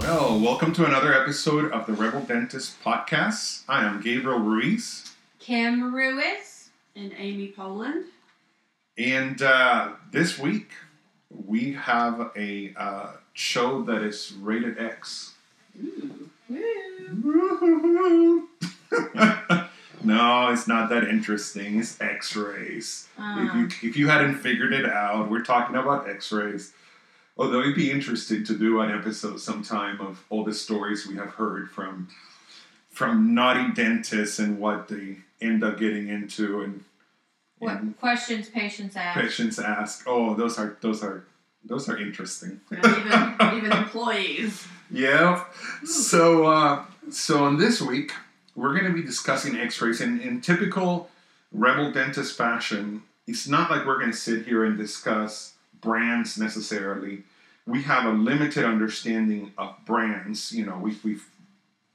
Welcome to another episode of the Rebel Dentist Podcast. I am Gabriel Ruiz, Kim Ruiz. and Amy Poland. and uh, this week we have a uh, show that is rated X. Ooh. Woo-hoo-hoo. no, it's not that interesting. It's X rays. If Um, you, if you hadn't figured it out, we're talking about x rays. Although it'd be interesting to do an episode sometime of all the stories we have heard from from naughty dentists and what they end up getting into and, What and questions patients ask? patients ask, oh those are those are those are interesting. and even, even employees. Yeah. So uh, so on this week we're going to be discussing X-rays and in typical rebel dentist fashion. It's not like we're going to sit here and discuss brands necessarily. We have a limited understanding of brands. You know, we've, we've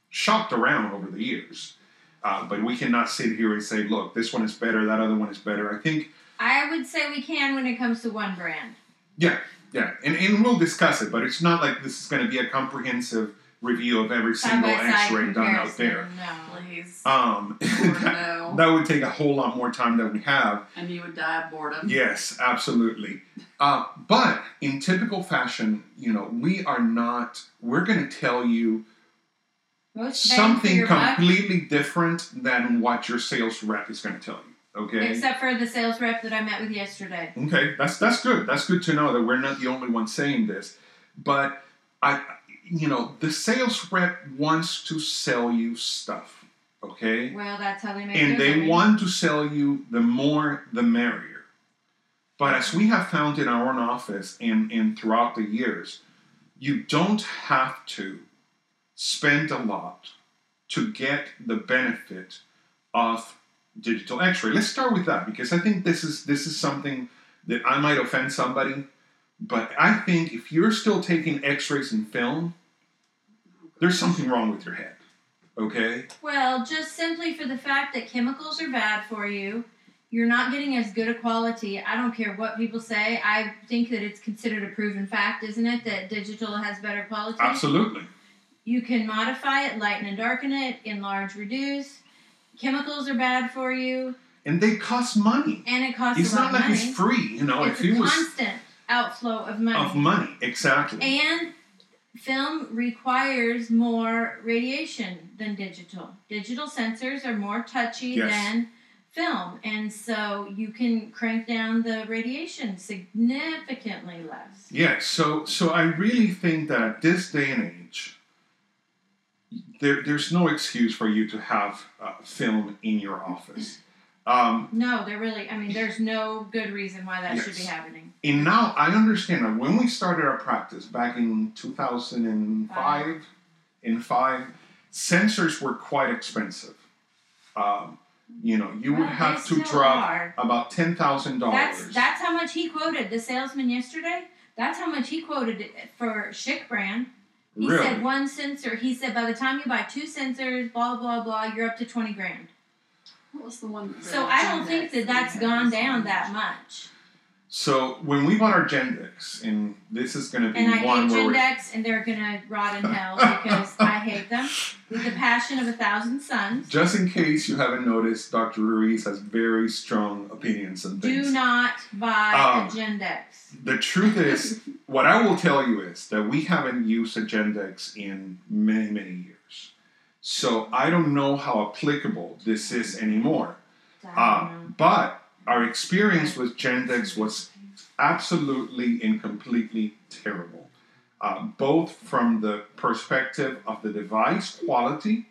shopped around over the years, uh, but we cannot sit here and say, "Look, this one is better. That other one is better." I think I would say we can when it comes to one brand. yeah, yeah, and, and we'll discuss it, but it's not like this is going to be a comprehensive review of every Side single by side X-ray done out comparison. there. No. Please. Um, Or that, no. that would take a whole lot more time than we have. And you would die of boredom. Yes, absolutely. Uh, but in typical fashion, you know, we are not. We're going to tell you Most bang for something your buck, completely different than what your sales rep is going to tell you. Okay. Except for the sales rep that I met with yesterday. Okay, that's that's good. That's good to know that we're not the only one saying this. But I you know, the sales rep wants to sell you stuff, okay? Well, that's how they make And their they living. want to sell you the more the merrier. But as we have found in our own office and, and throughout the years, you don't have to spend a lot to get the benefit of digital x-ray. Let's start with that because I think this is this is something that I might offend somebody, but I think if you're still taking x-rays in film, there's something wrong with your head. Okay? Well, just simply for the fact that chemicals are bad for you. You're not getting as good a quality. I don't care what people say. I think that it's considered a proven fact, isn't it, that digital has better quality? Absolutely. You can modify it, lighten and darken it, enlarge, reduce. Chemicals are bad for you, And they cost money. and it costs It's a lot not of like money. it's free, you know. It's if it a was constant outflow of money. of money, exactly. and film requires more radiation than digital. Digital sensors are more touchy Yes. than film, and so you can crank down the radiation significantly less. Yeah, so so I really think that at this day and age, there, there's no excuse for you to have uh, film in your office. Um, No, they're really, I mean, there's no good reason why that should be Yes. happening. and now I understand that when we started our practice back in 2005, in five, sensors were quite expensive. Um, you know, you would Well, have they to still drop are. about ten thousand That's dollars. that's how much he quoted the salesman yesterday. That's how much he quoted it for Schick brand. He really. said one sensor. He said by the time you buy two sensors, blah blah blah, you're up to twenty grand. What was the one? So I don't think that that's gone down that much. So when we bought our Gendex, and this is going to be And I one hate where we- Gendex, and they're gonna rot in hell because I hate them with the passion of a thousand suns. just in case you haven't noticed, Dr. Ruiz has very strong opinions on things. Do not buy Um, a Gendex. the truth is, what I will tell you is that we haven't used a Gendex in many, many years. So I don't know how applicable this is anymore. I Um, but our experience with Gendex was absolutely and completely terrible, uh, both from the perspective of the device quality.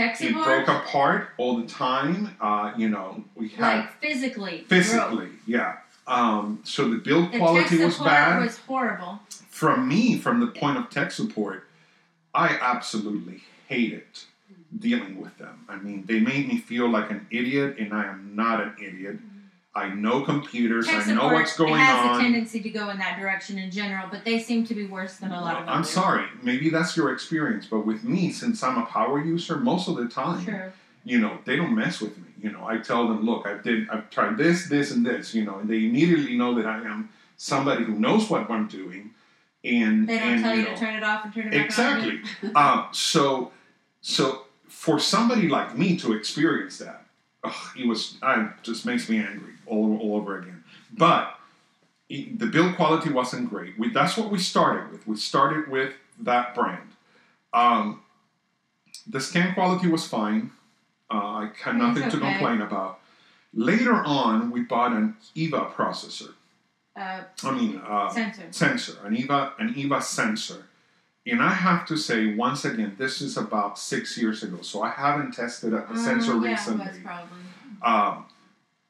It broke Texabar, apart all the time. Uh, you know, we had like physically, broke. physically, yeah. Um, so the build The quality tech was support bad. was horrible. from me, from the point of tech support, I absolutely hated dealing with them. I mean, they made me feel like an idiot, and I am not an idiot. I know computers. Mm-hmm. Tech I know support what's going has on. a tendency to go in that direction in general, but they seem to be worse than a lot I'm of others. sorry. Maybe that's your experience, but with me, since I'm a power user, most of the time, True. you know, they don't mess with me. You know, I tell them, look, I did, I've tried this, this, and this. You know, and they immediately know that I am somebody who knows what I'm doing, and They don't and, tell you know, to turn it off and turn it back on. exactly. uh, so so for somebody like me to experience that, ugh, it was I just makes me angry all all over again. But it- the build quality wasn't great. We, that's what we started with. We started with that brand. Um, the scan quality was fine. Uh, I had It's nothing to okay. complain about. Later on, we bought an EVA processor. Uh, I mean, uh, sensor. sensor, an EVA, an EVA sensor. And I have to say, once again, this is about six years ago, so I haven't tested a, a sensor Uh, yeah, it was recently. probably. Um,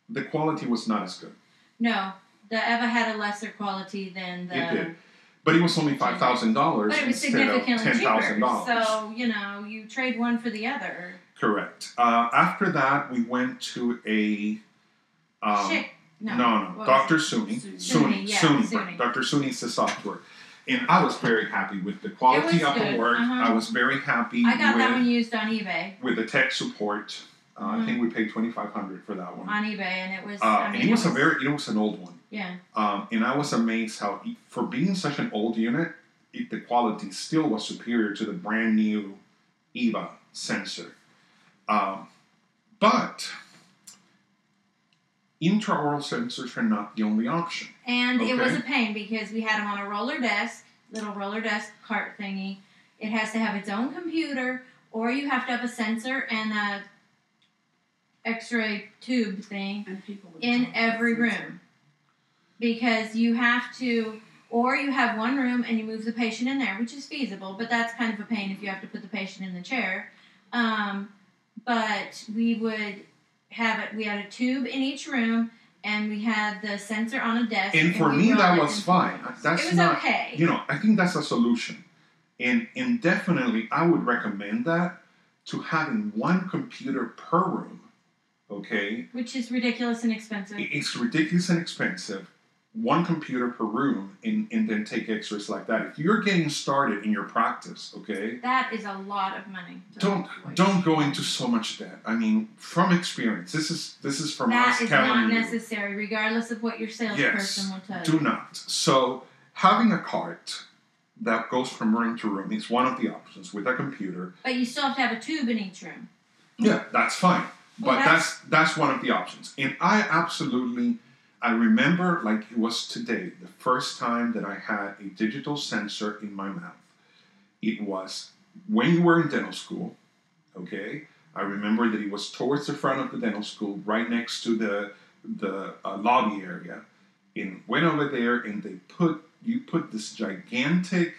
the quality was not as good, No, the Eva had a lesser quality than the. It did. but it was only five thousand dollars But it was instead of significantly ten thousand cheaper. dollars. So you know, you trade one for the other. Correct. Uh, after that, we went to a. Um, Shit. No, No. no, What was Dr. Suni. Suni. Suni, Suni, yeah, Suni, Suni. Dr. Suni is the software. And I was very happy with the quality was of the good, work. I uh-huh. was very happy it? I got with, that one used on eBay. with the tech support. Uh, I think we paid 2500 for that one. On eBay, and it was. Uh, I mean, and it was a very, it was an old one. Yeah. Um, and I was amazed how, e- for being such an old unit, it, the quality still was superior to the brand new EVA sensor. Um, but intraoral sensors are not the only option. And it was Okay. a pain because we had them on a roller desk, little roller desk cart thingy. It has to have its own computer, or you have to have a sensor and a X-ray tube thing. And people would in talk about every sensor. room because you have to or you have one room and you move the patient in there which is feasible but that's kind of a pain if you have to put the patient in the chair um, but we would have it we had a tube in each room and we had the sensor on a desk And for we me, rolled that it was in. fine. That's it was not, okay you know, I think that's a solution. And, and definitely, I would recommend that to having one computer per room, okay? which is ridiculous and expensive It- It's ridiculous and expensive. One computer per room, and, and then take X-rays like that. If you're getting started in your practice, okay, that is a lot of money don't waste. don't go into so much debt. I mean, from experience, this is this is from that us is telling not you. necessary regardless of what your salesperson will tell you Do not. So having a cart that goes from room to room is one of the options with a computer. but you still have to have a tube in each room Yeah, that's fine. Well, But that's that's one of the options. And I absolutely I remember like it was today, the first time that I had a digital sensor in my mouth. It was when you were in dental school, okay? I remember that it was towards the front of the dental school, right next to the the uh, lobby area, and went over there and they put you put this gigantic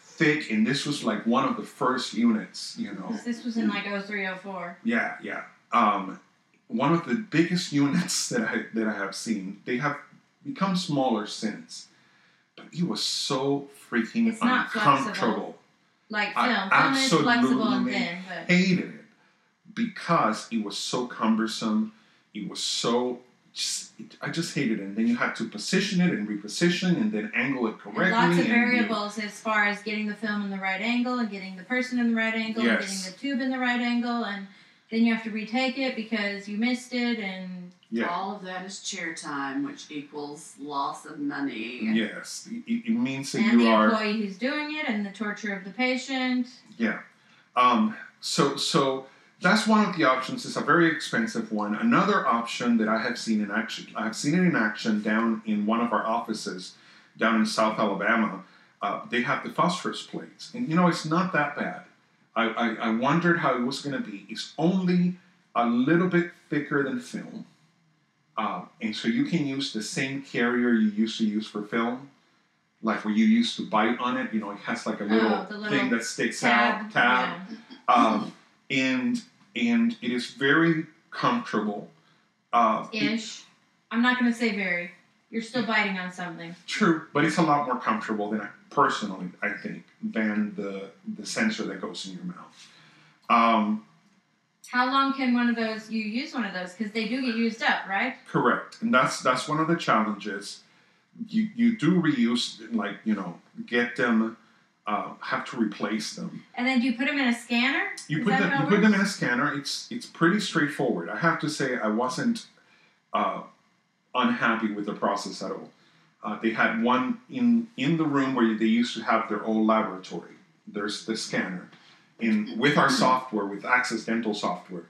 thick and this was like one of the first units, you know. 'Cause This Oh. was in like 0304. Yeah, yeah. Um, one of the biggest units that I that I have seen. They have become smaller since, but it was so freaking It's not uncomfortable. Like I film. Film is flexible and absolutely thin, but Hated it because it was so cumbersome. It was so. Just, it, I just hated it. And then you had to position it and reposition and then angle it correctly. and lots of and you- variables as far as getting the film in the right angle and getting the person in the right angle Yes. and getting the tube in the right angle and then you have to retake it because you missed it and yeah. All of that is chair time, which equals loss of money. Yes, it, it it means that and you the are. employee who's doing it and the torture of the patient. Um, so so that's one of the options. It's a very expensive one. Another option that I have seen in action, I have seen it in action down in one of our offices down in South Alabama. Uh, they have the phosphorus plates, and you know it's not that bad. I, I, I wondered how it was going to be. It's only a little bit thicker than film, uh, and so you can use the same carrier you used to use for film, like where you used to bite on it. You know, it has like a little, Oh, the little thing that sticks Tab. out, tab, yeah. um, and and it is very comfortable. Uh, it- Ish. I'm not going to say very. You're still biting on something. true, but it's a lot more comfortable than I, personally I think than the the sensor that goes in your mouth. Um, How long can one of those, you use one of those? Because they do get used up, right? correct, and that's that's one of the challenges. You you do reuse like you know get them. Uh, have to replace them. And then do you put them in a scanner? You Is put that them. how it You put them in works? a scanner. It's it's pretty straightforward. I have to say, I wasn't uh, unhappy with the process at all. Uh, they had one in in the room where they used to have their own laboratory. There's the scanner, and with our software, with Access Dental software,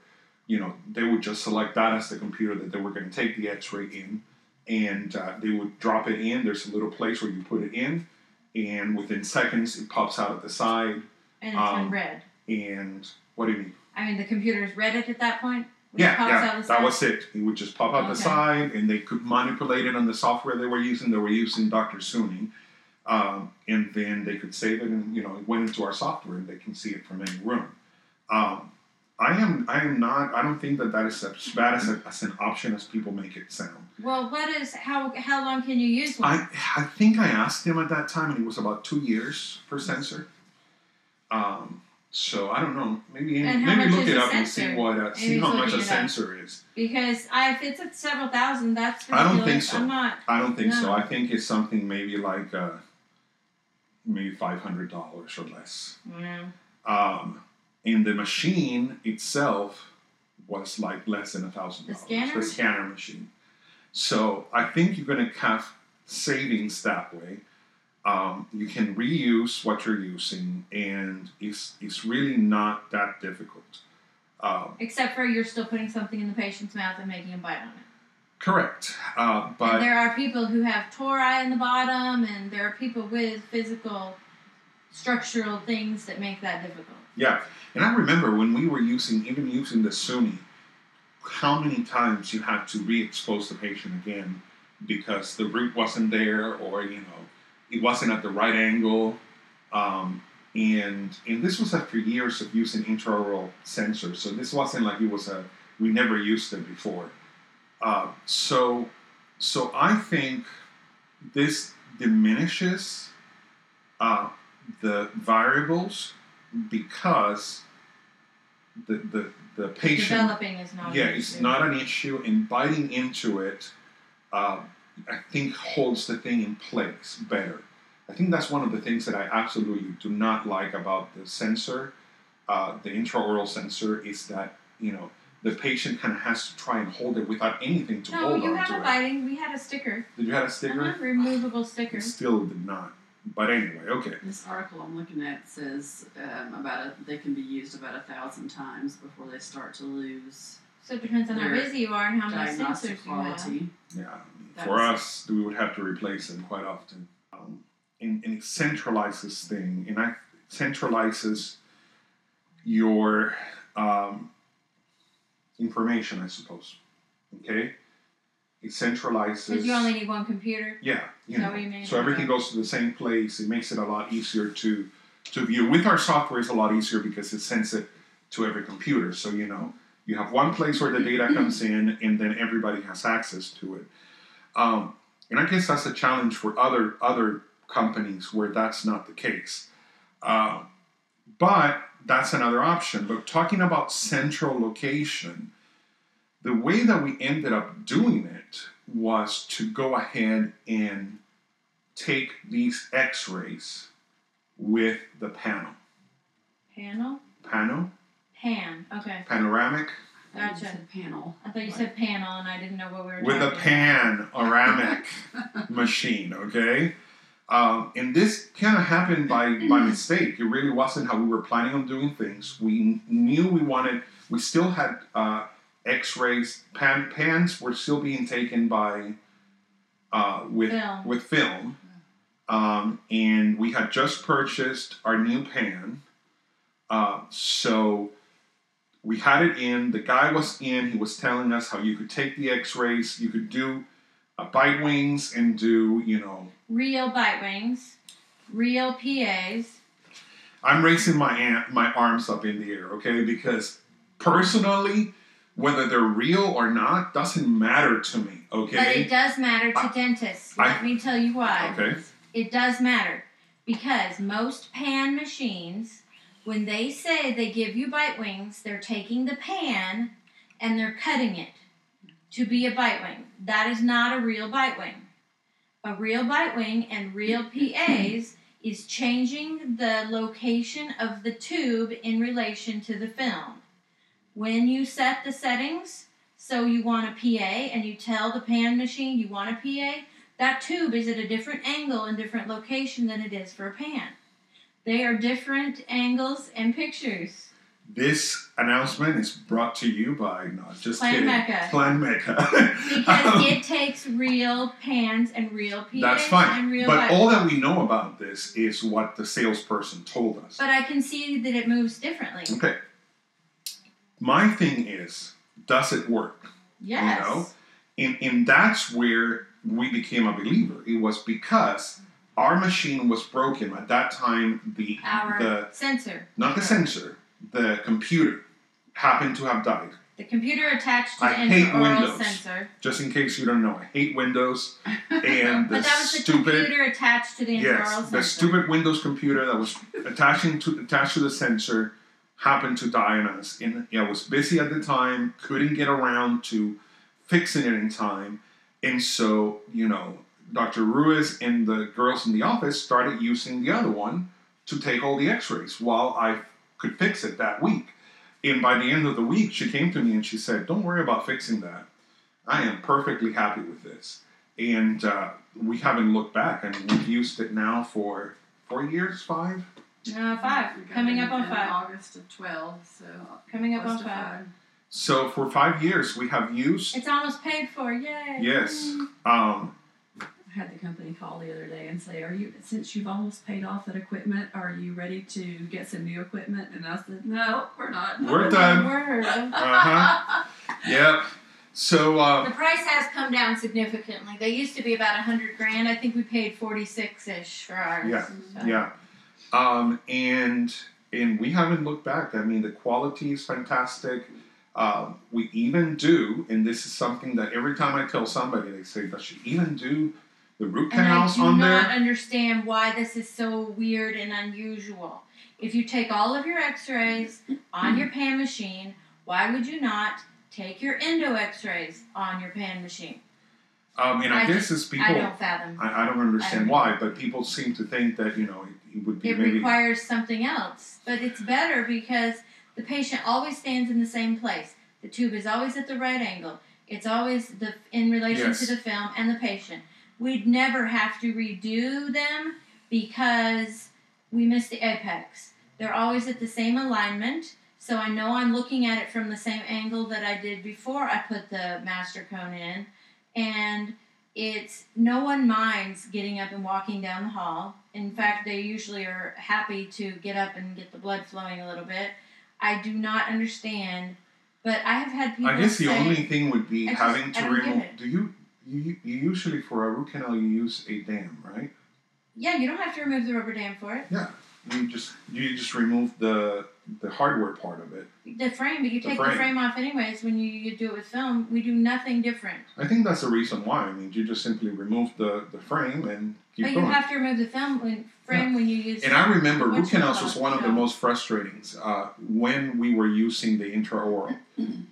you know they would just select that as the computer that they were going to take the X-ray in, and uh, they would drop it in. There's a little place where you put it in, and within seconds it pops out at the side. and it's Um, been read. And what do you mean? I mean, the computer's read it at that point. When it Yeah, pops yeah, out the that side? was it. It would just pop out the Okay. side, and they could manipulate it on the software they were using. They were using Dr. Suning, um, and then they could save it, and you know, it went into our software, and they can see it from any room. Um, I am, I am not. I don't think that that is as bad as, a, as an option as people make it sound. Well, what is how how long can you use one? I, I think I asked him at that time, and it was about two years per sensor. Um, so I don't know. Maybe And how maybe much look is it a up and see sensor? what uh, see Maybe how he's much a looking it up. sensor is. because I, if it's at several thousand, I that's ridiculous. don't think so. I'm not. I don't think so. No. I think it's something maybe like uh, maybe five hundred dollars or less. No. Um, and the machine itself was like less than a thousand The dollars. scanner The machine? scanner machine. So I think you're going to have savings that way. Um, you can reuse what you're using, and it's it's really not that difficult. Um, Except for you're still putting something in the patient's mouth and making a bite on it. correct, uh, but And there are people who have tori in the bottom, and there are people with physical, structural things that make that difficult. Yeah, and I remember when we were using, even using the SUNY, how many times you had to re-expose the patient again because the root wasn't there, or you know, it wasn't at the right angle. Um, and and this was after years of using intraoral sensors, so this wasn't like it was a we never used them before. Uh, so so I think this diminishes uh, the variables because the the, the patient Developing is not. yeah an it's issue. not an issue and biting into it uh, I think holds the thing in place better. I think that's one of the things that I absolutely do not like about the sensor, uh, the intraoral sensor, is that you know the patient kind of has to try and hold it without anything to No, hold you on have to a it. biting. We had a sticker. Did you have a sticker? Uh-huh, removable sticker. It still did not. But anyway, okay. This article I'm looking at says um, about a, they can be used about a thousand times before they start to lose So it depends on how Their busy you are and how many sensors diagnostic you have. quality. Yeah, That for was- us, we would have to replace them quite often. Um, and, and it centralizes thing, and I centralizes your um, information, I suppose. Okay, it centralizes. Because you only need one computer. yeah, you Is that know, what you mean? so everything Okay. goes to the same place. It makes it a lot easier to to view. With our software, it's a lot easier because it sends it to every computer. So you know you have one place where the data comes in, and then everybody has access to it. Um, and I guess that's a challenge for other other companies where that's not the case. Uh, but that's another option. Look, talking about central location, the way that we ended up doing it was to go ahead and take these X-rays with the panel, Panel? panel, Pan. Okay. panoramic, I think Gotcha. it's a panel. I thought you said panel and I didn't know what we were with a talking panoramic machine, okay? Um, and this kind of happened by, by mistake. It really wasn't how we were planning on doing things. We knew we wanted, we still had uh, x rays, pan, pans were still being taken by, uh, with, Film. with film. Um, and we had just purchased our new pan. Uh, so we had it in. The guy was in. He was telling us how you could take the x rays, you could do uh, bite wings and do, you know, Real bite wings. Real PAs. I'm raising my an- my arms up in the air, okay? Because personally, whether they're real or not doesn't matter to me, But it okay? does matter to I- dentists. I- Let me tell you why. Okay. It does matter because most pan machines, when they say they give you bite wings, they're taking the pan and they're cutting it to be a bite wing. That is not a real bite wing. A real bite wing and real PAs is changing the location of the tube in relation to the film. When you set the settings, so you want a PA and you tell the pan machine you want a PA, That tube is at a different angle and different location than it is for a pan. They are different angles and pictures. This announcement is brought to you by no, just Plan kidding. Mecca. Plan Mecca. Because Um, it takes real pans and real people that's and fine. real But life. all that we know about this is what the salesperson told us. but I can see that it moves differently. Okay. My thing is, does it work? Yes. You know? And and that's where we became a believer. It was because our machine was broken at that time. The Our the sensor. not the sensor, the computer happened to have died. The computer attached to I the hate intraoral Windows. sensor. Just in case you don't know, I hate Windows and the but that was the stupid computer attached to the intraoral yes, sensor. the stupid Windows computer that was attaching to attached to the sensor happened to die on us. And I was busy at the time, couldn't get around to fixing it in time, and so you know, Dr. Ruiz and the girls in the office started using the other one to take all the X-rays while I could fix it that week. And by the end of the week, she came to me and she said, "Don't worry about fixing that. I am perfectly happy with this." And uh, we haven't looked back. I mean, we've used it now for four years, five. No, Uh, five. We got Coming it up on in five. August of 12, so Coming up close on to five. So for five years, we have used It's almost paid for. Yay. Mm. yes. Um, I had the company call the other day and say, "Are you since you've almost paid off that equipment? Are you ready to get some new equipment?" And I said, "No, we're not. We're Oh, done. my word. Uh-huh. yep. So The uh, price has come down significantly. They used to be about a hundred grand. I think we paid forty six ish for ours. Yeah, So- yeah, um, and and we haven't looked back. I mean, the quality is fantastic. Um, we even do, and this is something that every time I tell somebody, they say, "Does she even do the root And I canals do on not there?" understand why this is so weird and unusual. If you take all of your X rays on your pan machine, why would you not take your endo X rays on your pan machine? Um, and I, I guess it's people. I don't fathom. I, I don't understand don't- why, but people seem to think that you know it, it would be It maybe requires something else, but it's better because the patient always stands in the same place. The tube is always at the right angle. It's always the in relation Yes. to the film and the patient. We'd never have to redo them because we missed the apex. They're always at the same alignment, so I know I'm looking at it from the same angle that I did before I put the master cone in, and it's no one minds getting up and walking down the hall. In fact, they usually are happy to get up and get the blood flowing a little bit. I do not understand, but I have had people. I guess the say- only thing would be I just- having I to don't get remove. it. Do you, you you usually for a root canal you use a dam, right? Yeah, you don't have to remove the rubber dam for it. You just you just remove the the hardware part of it. The frame, but you The take frame. the frame off anyways when you, you do it with film. We do nothing different. I think that's the reason why. I mean, you just simply remove the the frame and keep but going. you have to remove the film when, frame when you use. and I remember What root you canals thought, was one of the no. most frustrating uh, when we were using the intraoral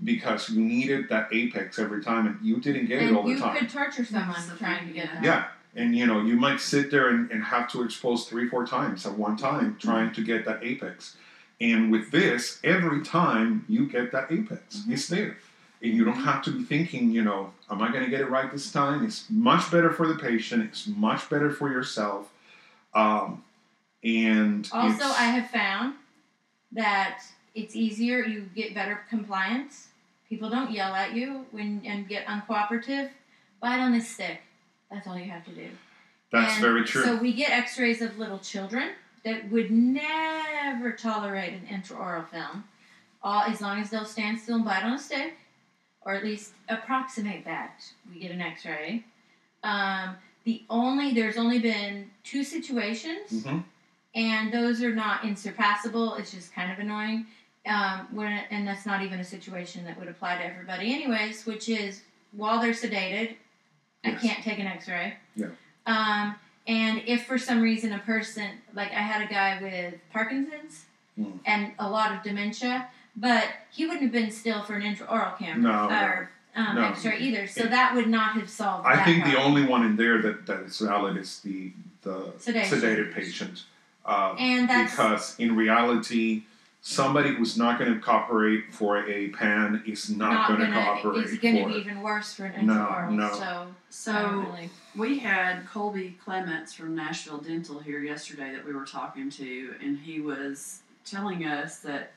because you needed that apex every time and you didn't get it all and the you time. could torture someone Something, trying to get yeah. that. Yeah. And you know, you might sit there and, and have to expose three, four times at one time trying to get that apex. And with this, every time you get that apex, Mhm. it's there. And you don't have to be thinking, you know, am I gonna get it right this time? It's much better for the patient, it's much better for yourself. Um and Also, it's- I have found that it's easier. You get better compliance. People don't yell at you when and get uncooperative. Bite on this stick. That's all you have to do. that's And very true. So we get X-rays of little children that would never tolerate an intraoral film, all as long as they'll stand still and bite on a stick, or at least approximate that. We get an X-ray. Um, the only there's only been two situations Mhm. and those are not insurpassable. It's just kind of annoying. Um, when and that's not even a situation that would apply to everybody, anyways. Which is while they're sedated, Yes. I can't take an X-ray. Yeah. Um, and if for some reason a person, like I had a guy with Parkinson's Mm. and a lot of dementia, but he wouldn't have been still for an intraoral camera No, no. or um, No. X-ray either. So It- that would not have solved. I that think the problem. only one in there that, that is valid is the the Sedation. sedated patient. Uh, and that's because in reality, somebody who's not going to cooperate for a pan is not, going to cooperate It's going to for be it. even worse for an No, Earl. no. So I don't So really- we had Colby Clements from Nashville Dental here yesterday that we were talking to, and he was telling us that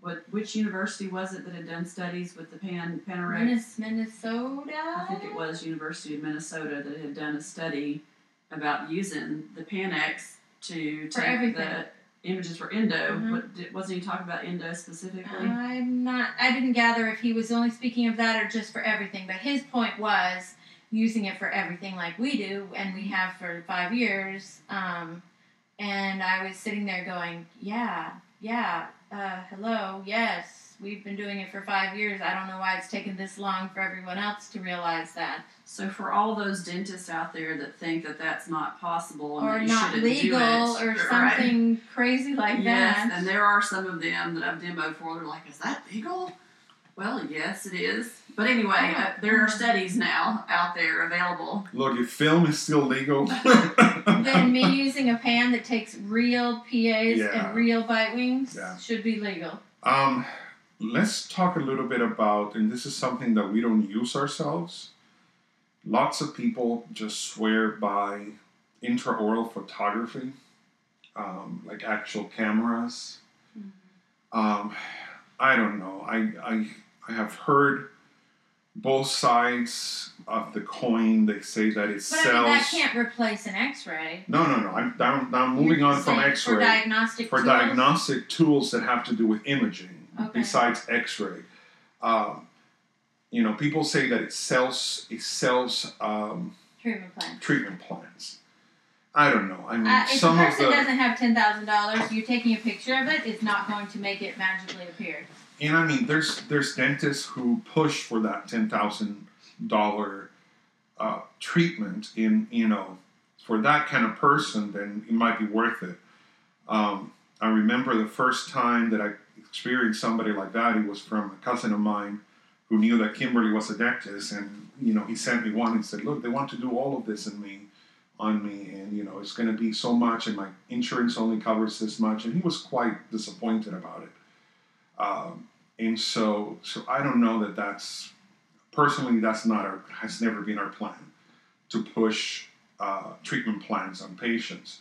what which university was it that had done studies with the pan panoramic Minnes- Minnesota. I think it was University of Minnesota that had done a study about using the Panax to For take everything. the images for endo. Mhm. What, did, wasn't he talking about endo specifically? Uh-huh. I'm not. I didn't gather if he was only speaking of that or just for everything. But his point was using it for everything, like we do, and we have for five years. Um, and I was sitting there going, "Yeah, yeah, uh, hello, yes, we've been doing it for five years. I don't know why it's taken this long for everyone else to realize that, So for all those dentists out there that think that that's not possible and or that you not shouldn't legal, do it, or right. something crazy like yes, that." and there are some of them that I've demoed for. They're like, "Is that legal?" Well, yes, it is. But anyway, Yeah. Mm-hmm. uh, there are studies now out there available. Look, if film is still legal, then me using a pan that takes real PAs Yeah. and real bite wings Yeah. should be legal. Um, let's talk a little bit about, and this is something that we don't use ourselves. Lots of people just swear by intraoral photography, um, like actual cameras. Mm-hmm. Um, I don't know. I, I I have heard both sides of the coin. They say that it But sells. I mean, that can't replace an X-ray. no, no, no. I'm, I'm, I'm moving on from Saying X-ray for diagnostic. for tools. diagnostic tools that have to do with imaging Okay. besides x-ray um, you know people say that it sells it sells um, treatment plan. treatment plans i don't know i mean Uh, if some a of person the doesn't have ten thousand dollars, you taking a picture of it is not going to make it magically appear. and i mean there's there's dentists who push for that $10000 uh, treatment in you know for that kind of person then it might be worth it um, i remember the first time that i experienced somebody like that it was from a cousin of mine who knew that kimberly was a dentist and you know he sent me one and said look they want to do all of this in me on me and you know it's going to be so much and my insurance only covers this much and he was quite disappointed about it um, and so so i don't know that that's personally that's not our has never been our plan to push uh, treatment plans on patients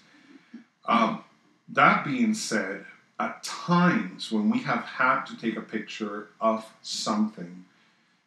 um, that being said at times when we have had to take a picture of something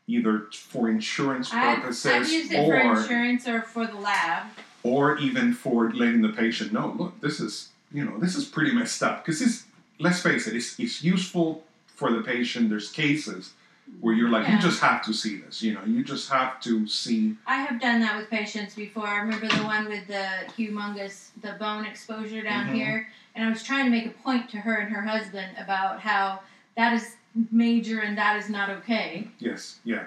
either for insurance I've, purposes I've used it for or insurance or for the lab. or even for letting the patient know, look, this is you know this is pretty messed up because this, let's face it, it's, it's useful for the patient. There's cases where you're like, Yeah. you just have to see this, you know, you just have to see. I have done that with patients before. I remember the one with the humongous the bone exposure down Mhm. here, and I was trying to make a point to her and her husband about how that is major and that is not okay. Yes, yeah,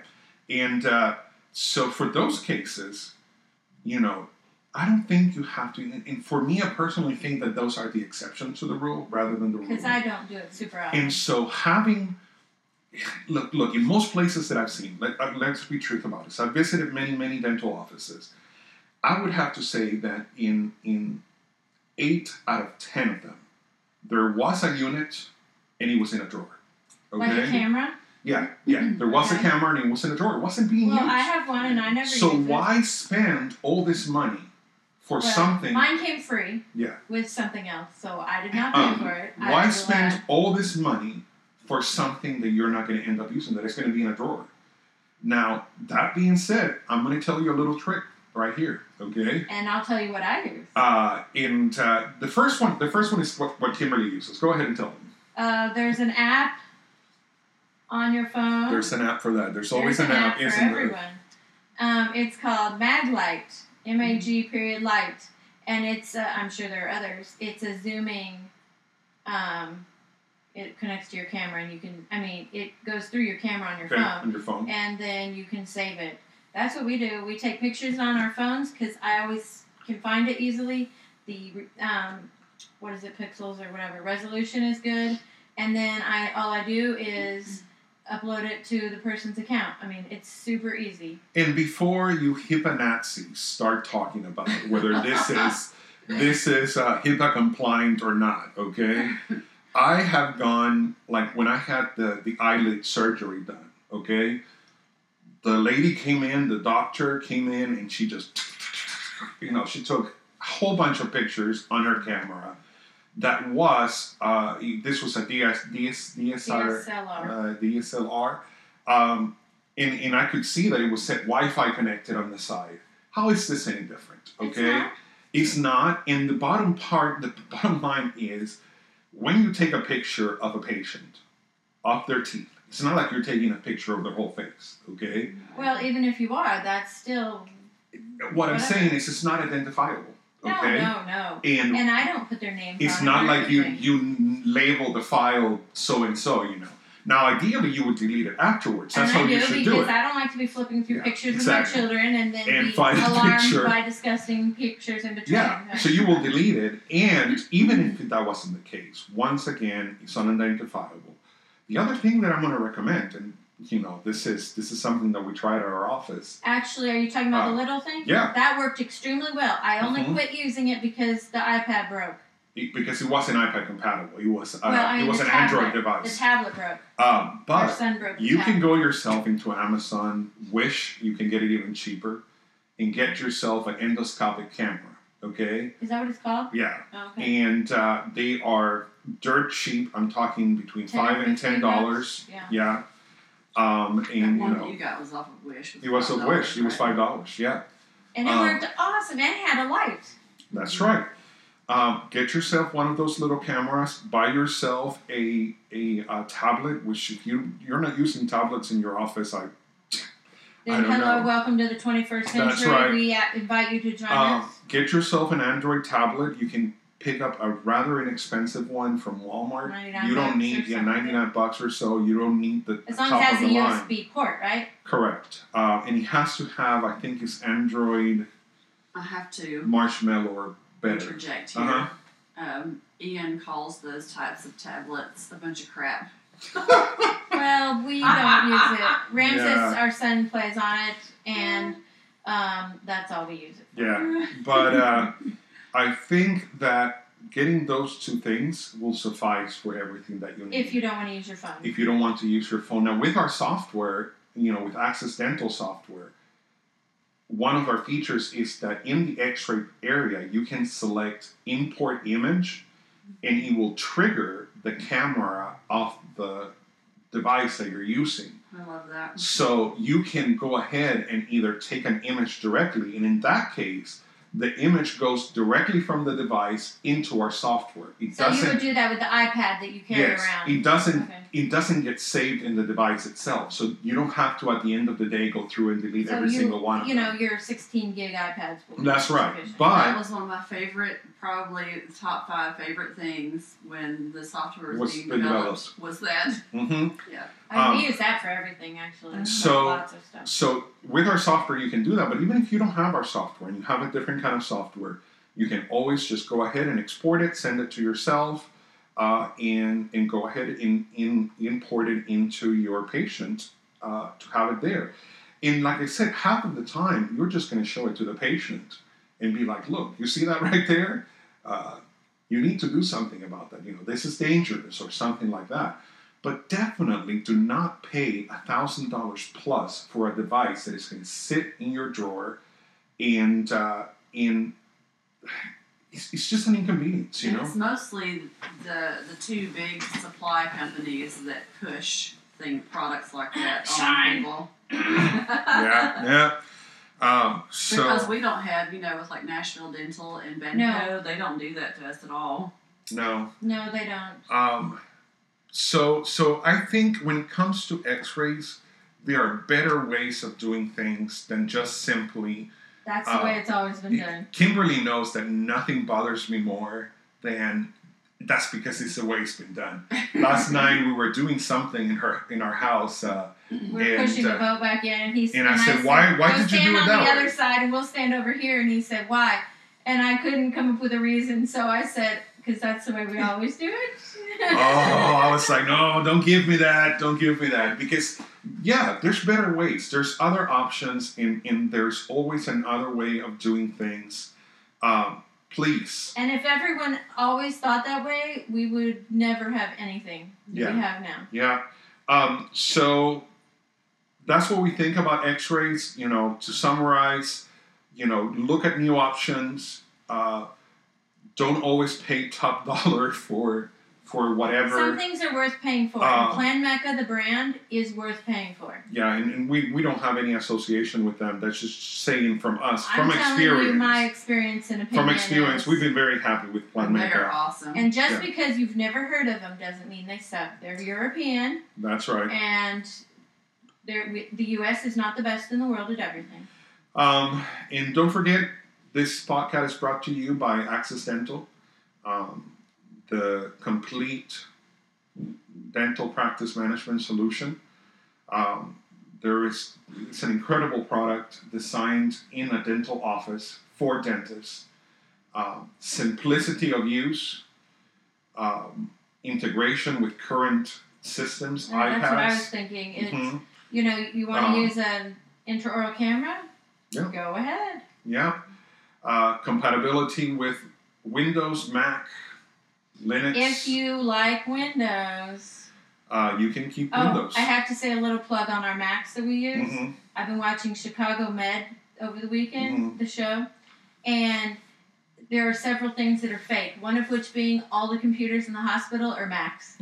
and uh, so for those cases, you know. I don't think you have to, and and for me, I personally think that those are the exceptions to the rule rather than the rule. Because I don't do it super often. And so having look look in most places that I've seen, let, uh, let's be truth about this. I've visited many many dental offices. I would have to say that in in eight out of ten of them, there was a unit, and it was in a drawer. Okay. Like a camera. yeah, yeah. There was a Okay. camera, and it was in a drawer. It wasn't being Well, used. I have one and I never so use it. why spend all this money for Well, something? Mine came free yeah. with something else, so I did not pay Um, for it. I Why was spend glad. all this money for something that you're not going to end up using, that it's going to be in a drawer? Now, that being said, I'm going to tell you a little trick right here, okay? And I'll tell you what I use. Uh, and uh, the first one, the first one is what, what Kimberly uses. Go ahead and tell them. Uh, there's an app on your phone. There's an app for that. There's always There's an, app, for isn't there? everyone. Um, it's called Maglight, M A G Mm-hmm. period light, and it's uh, I'm sure there are others. It's a zooming. Um, it connects to your camera, and you can. I mean, it goes through your camera on your Okay, phone, on your phone. and then you can save it. That's what we do. We take pictures on our phones because I always can find it easily. The um, what is it, pixels or whatever resolution is good, and then I all I do is upload it to the person's account. I mean, it's super easy. And before you HIPAA Nazis start talking about whether this is this is uh, HIPAA compliant or not, okay? I have gone like when I had the the eyelid surgery done. Okay, the lady came in, the doctor came in, and she just you know she took a whole bunch of pictures on her camera. That was uh, this was a DS, DS, DSR DSLR. uh, DSLR, um, and and I could see that it was set Wi-Fi connected on the side. How is this any different? Okay. It's not. It's not. And the bottom part, the bottom line is when you take a picture of a patient, of their teeth, it's not like you're taking a picture of their whole face, okay? Well, even if you are, that's still What I'm Whatever. saying is it's not identifiable, no, okay? no, no. And, And I don't put their names. it's on not it or like you, anything. you label the file so and so, you know. Now, ideally, you would delete it afterwards. That's and how I you do should because do it. I don't like to be flipping through Yeah, pictures exactly. of my children and then And be find a alarmed picture. by disgusting pictures in between. Yeah, so you will delete it, and even if that wasn't the case, once again, it's unidentifiable. The other thing that I'm going to recommend, and you know, this is this is something that we tried at our office. Actually, are you talking about Uh, the little thing? yeah. That worked extremely well. I only Mhm. quit using it because the iPad broke. It- because it wasn't iPad compatible, it was uh, Well, I mean, it was the an tablet, Android The device. tablet broke. um, Her but son broke the you tablet. can go yourself into Amazon Wish. You can get it even cheaper, and get yourself an endoscopic camera. Okay, Is that what it's called? yeah, Okay. and uh, they are dirt cheap. I'm talking between Ten or five and ten fifteen dollars. bucks. Yeah. Yeah. Um, that and you one that know, you got was off of Wish. it was a $5, wish. It was right? five dollars. Yeah, And it Um, worked awesome. And it had a light. that's right. Um, get yourself one of those little cameras. Buy yourself a a, uh tablet. Which if you you're not using tablets in your office, I I Then don't hello, know. welcome to the 21st century. That's right. We uh, invite you to join um, us. get yourself an Android tablet. You can pick up a rather inexpensive one from Walmart. 99 You bucks don't or need yeah something. ninety nine bucks or so. You don't need the As long top as it has of a the line. USB port, right? Correct. Uh, and he has to have I think it's Android I have to Marshmallow or better. interject here. Uh-huh. Um, Ian calls those types of tablets a bunch of crap. Well, we don't use it. Ramses, Yeah. our son, plays on it, and um, that's all we use it. Yeah. But uh, I think that getting those two things will suffice for everything that you need. If you don't want to use your phone. if you don't want to use your phone. Now, with our software, you know, with Access Dental software, one of our features is that in the x ray area, you can select import image and it will trigger the camera of the device that you're using. I love that. So you can go ahead and either take an image directly, and in that case, the image goes directly from the device into our software. It so you would doesn't. do that with the iPad that you carry Yes, around. it doesn't. Okay. It doesn't get saved in the device itself, so you don't have to at the end of the day go through and delete So every you, single one. of you them. know, your 16 gig iPads. Will be That's right. sufficient. But That was one of my favorite, probably the top five favorite things when the software was, Was being been developed, was that. Mhm. I mean, um, Mm-hmm. we use that for everything, actually. so- lots of stuff. So with our software, you can do that. But even if you don't have our software and you have a different kind of software, you can always just go ahead and export it, send it to yourself, uh, and and go ahead and, and import it into your patient uh, to have it there. And like I said, half of the time you're just going to show it to the patient and be like, "Look, you see that right there? Uh, you need to do something about that. You know, this is dangerous or something like that." but definitely do not pay $1,000 plus for a device that is going to sit in your drawer and uh, in it's, it's just an inconvenience, you And know? It's mostly the the two big supply companies that push thing products like that on Shine. people. yeah, yeah. Um, Because so, we don't have, you know, with like Nashville Dental and Benco, No. they don't do that to us at all. no. No, they don't. Um, so, so I think when it comes to x rays, there are better ways of doing things than just simply That's Uh, the way it's always been done. Kimberly knows that nothing bothers me more than that's because it's the way it's been done. Last night we were doing something in her in our house, uh, We're and, pushing uh, the vote back in, and he's and I said, "Why- why "Go did you stand do it on that the way?" other side, and we'll stand over here." And he said, "Why?" And I couldn't come up with a reason, so I said, "Because that's the way we always do it." oh, I was like, no, don't give me that, don't give me that, because yeah, there's better ways, there's other options, and and there's always another way of doing things. Um, Please. And if everyone always thought that way, we would never have anything that Yeah. we have now. Yeah. Um, so that's what we think about x rays. You know, to summarize, you know, look at new options. Uh, don't always pay top dollar for for whatever. Some things are worth paying for. Uh, and Plan Mecca, the brand, is worth paying for. Yeah, and, and we, we don't have any association with them. That's just saying from us, from I'm telling experience. you my experience and opinion. from experience, is- we've been very happy with Plan And they are Maker. awesome. And just Yeah. because you've never heard of them doesn't mean they suck. They're European, That's right. and they're, we- the U.S. is not the best in the world at everything. Um, and don't forget, this podcast is brought to you by Access Dental, um, the complete dental practice management solution. Um, there is it's an incredible product designed in a dental office for dentists. Um, simplicity of use, um, integration with current systems, And that's what I was iPads. thinking. It's, Mhm. You know, you want to Um, use an intraoral camera? Yeah. Go ahead. Yeah. Uh, compatibility with Windows, Mac, Linux. If you like Windows. uh, you can keep Oh, Windows. I have to say a little plug on our Macs that we use. Mhm. I've been watching Chicago Med over the weekend, Mhm. the show, and there are several things that are fake. One of which being all the computers in the hospital are Macs,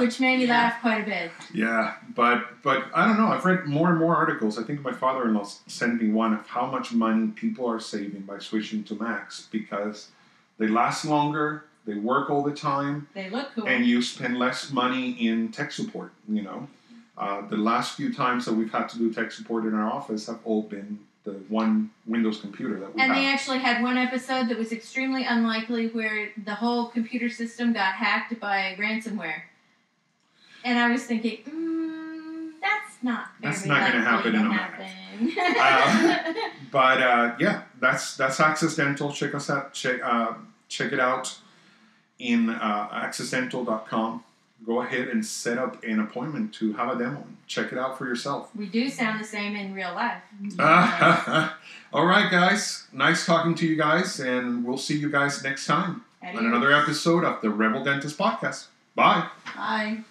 which made me laugh quite a bit. yeah, but but I don't know. I've read more and more articles. I think my father-in-law s- sent me one of how much money people are saving by switching to Macs because they last longer, they work all the time, They look cool. and you spend less money in tech support. You know, uh, the last few times that we've had to do tech support in our office have all been the one Windows computer that we And have. they actually had one episode that was extremely unlikely where the whole computer system got hacked by ransomware. And I was thinking, mm, that's not very That's not gonna likely happen to in a happen. but uh, yeah, that's that's Access Dental. Check us out. Check uh, check it out in uh, accessdental.com. Go ahead and set up an appointment to have a demo. Check it out for yourself. we do sound the same in real life. all right, guys. Nice talking to you guys, and we'll see you guys next time on another episode of the Rebel Dentist Podcast. Bye. Bye.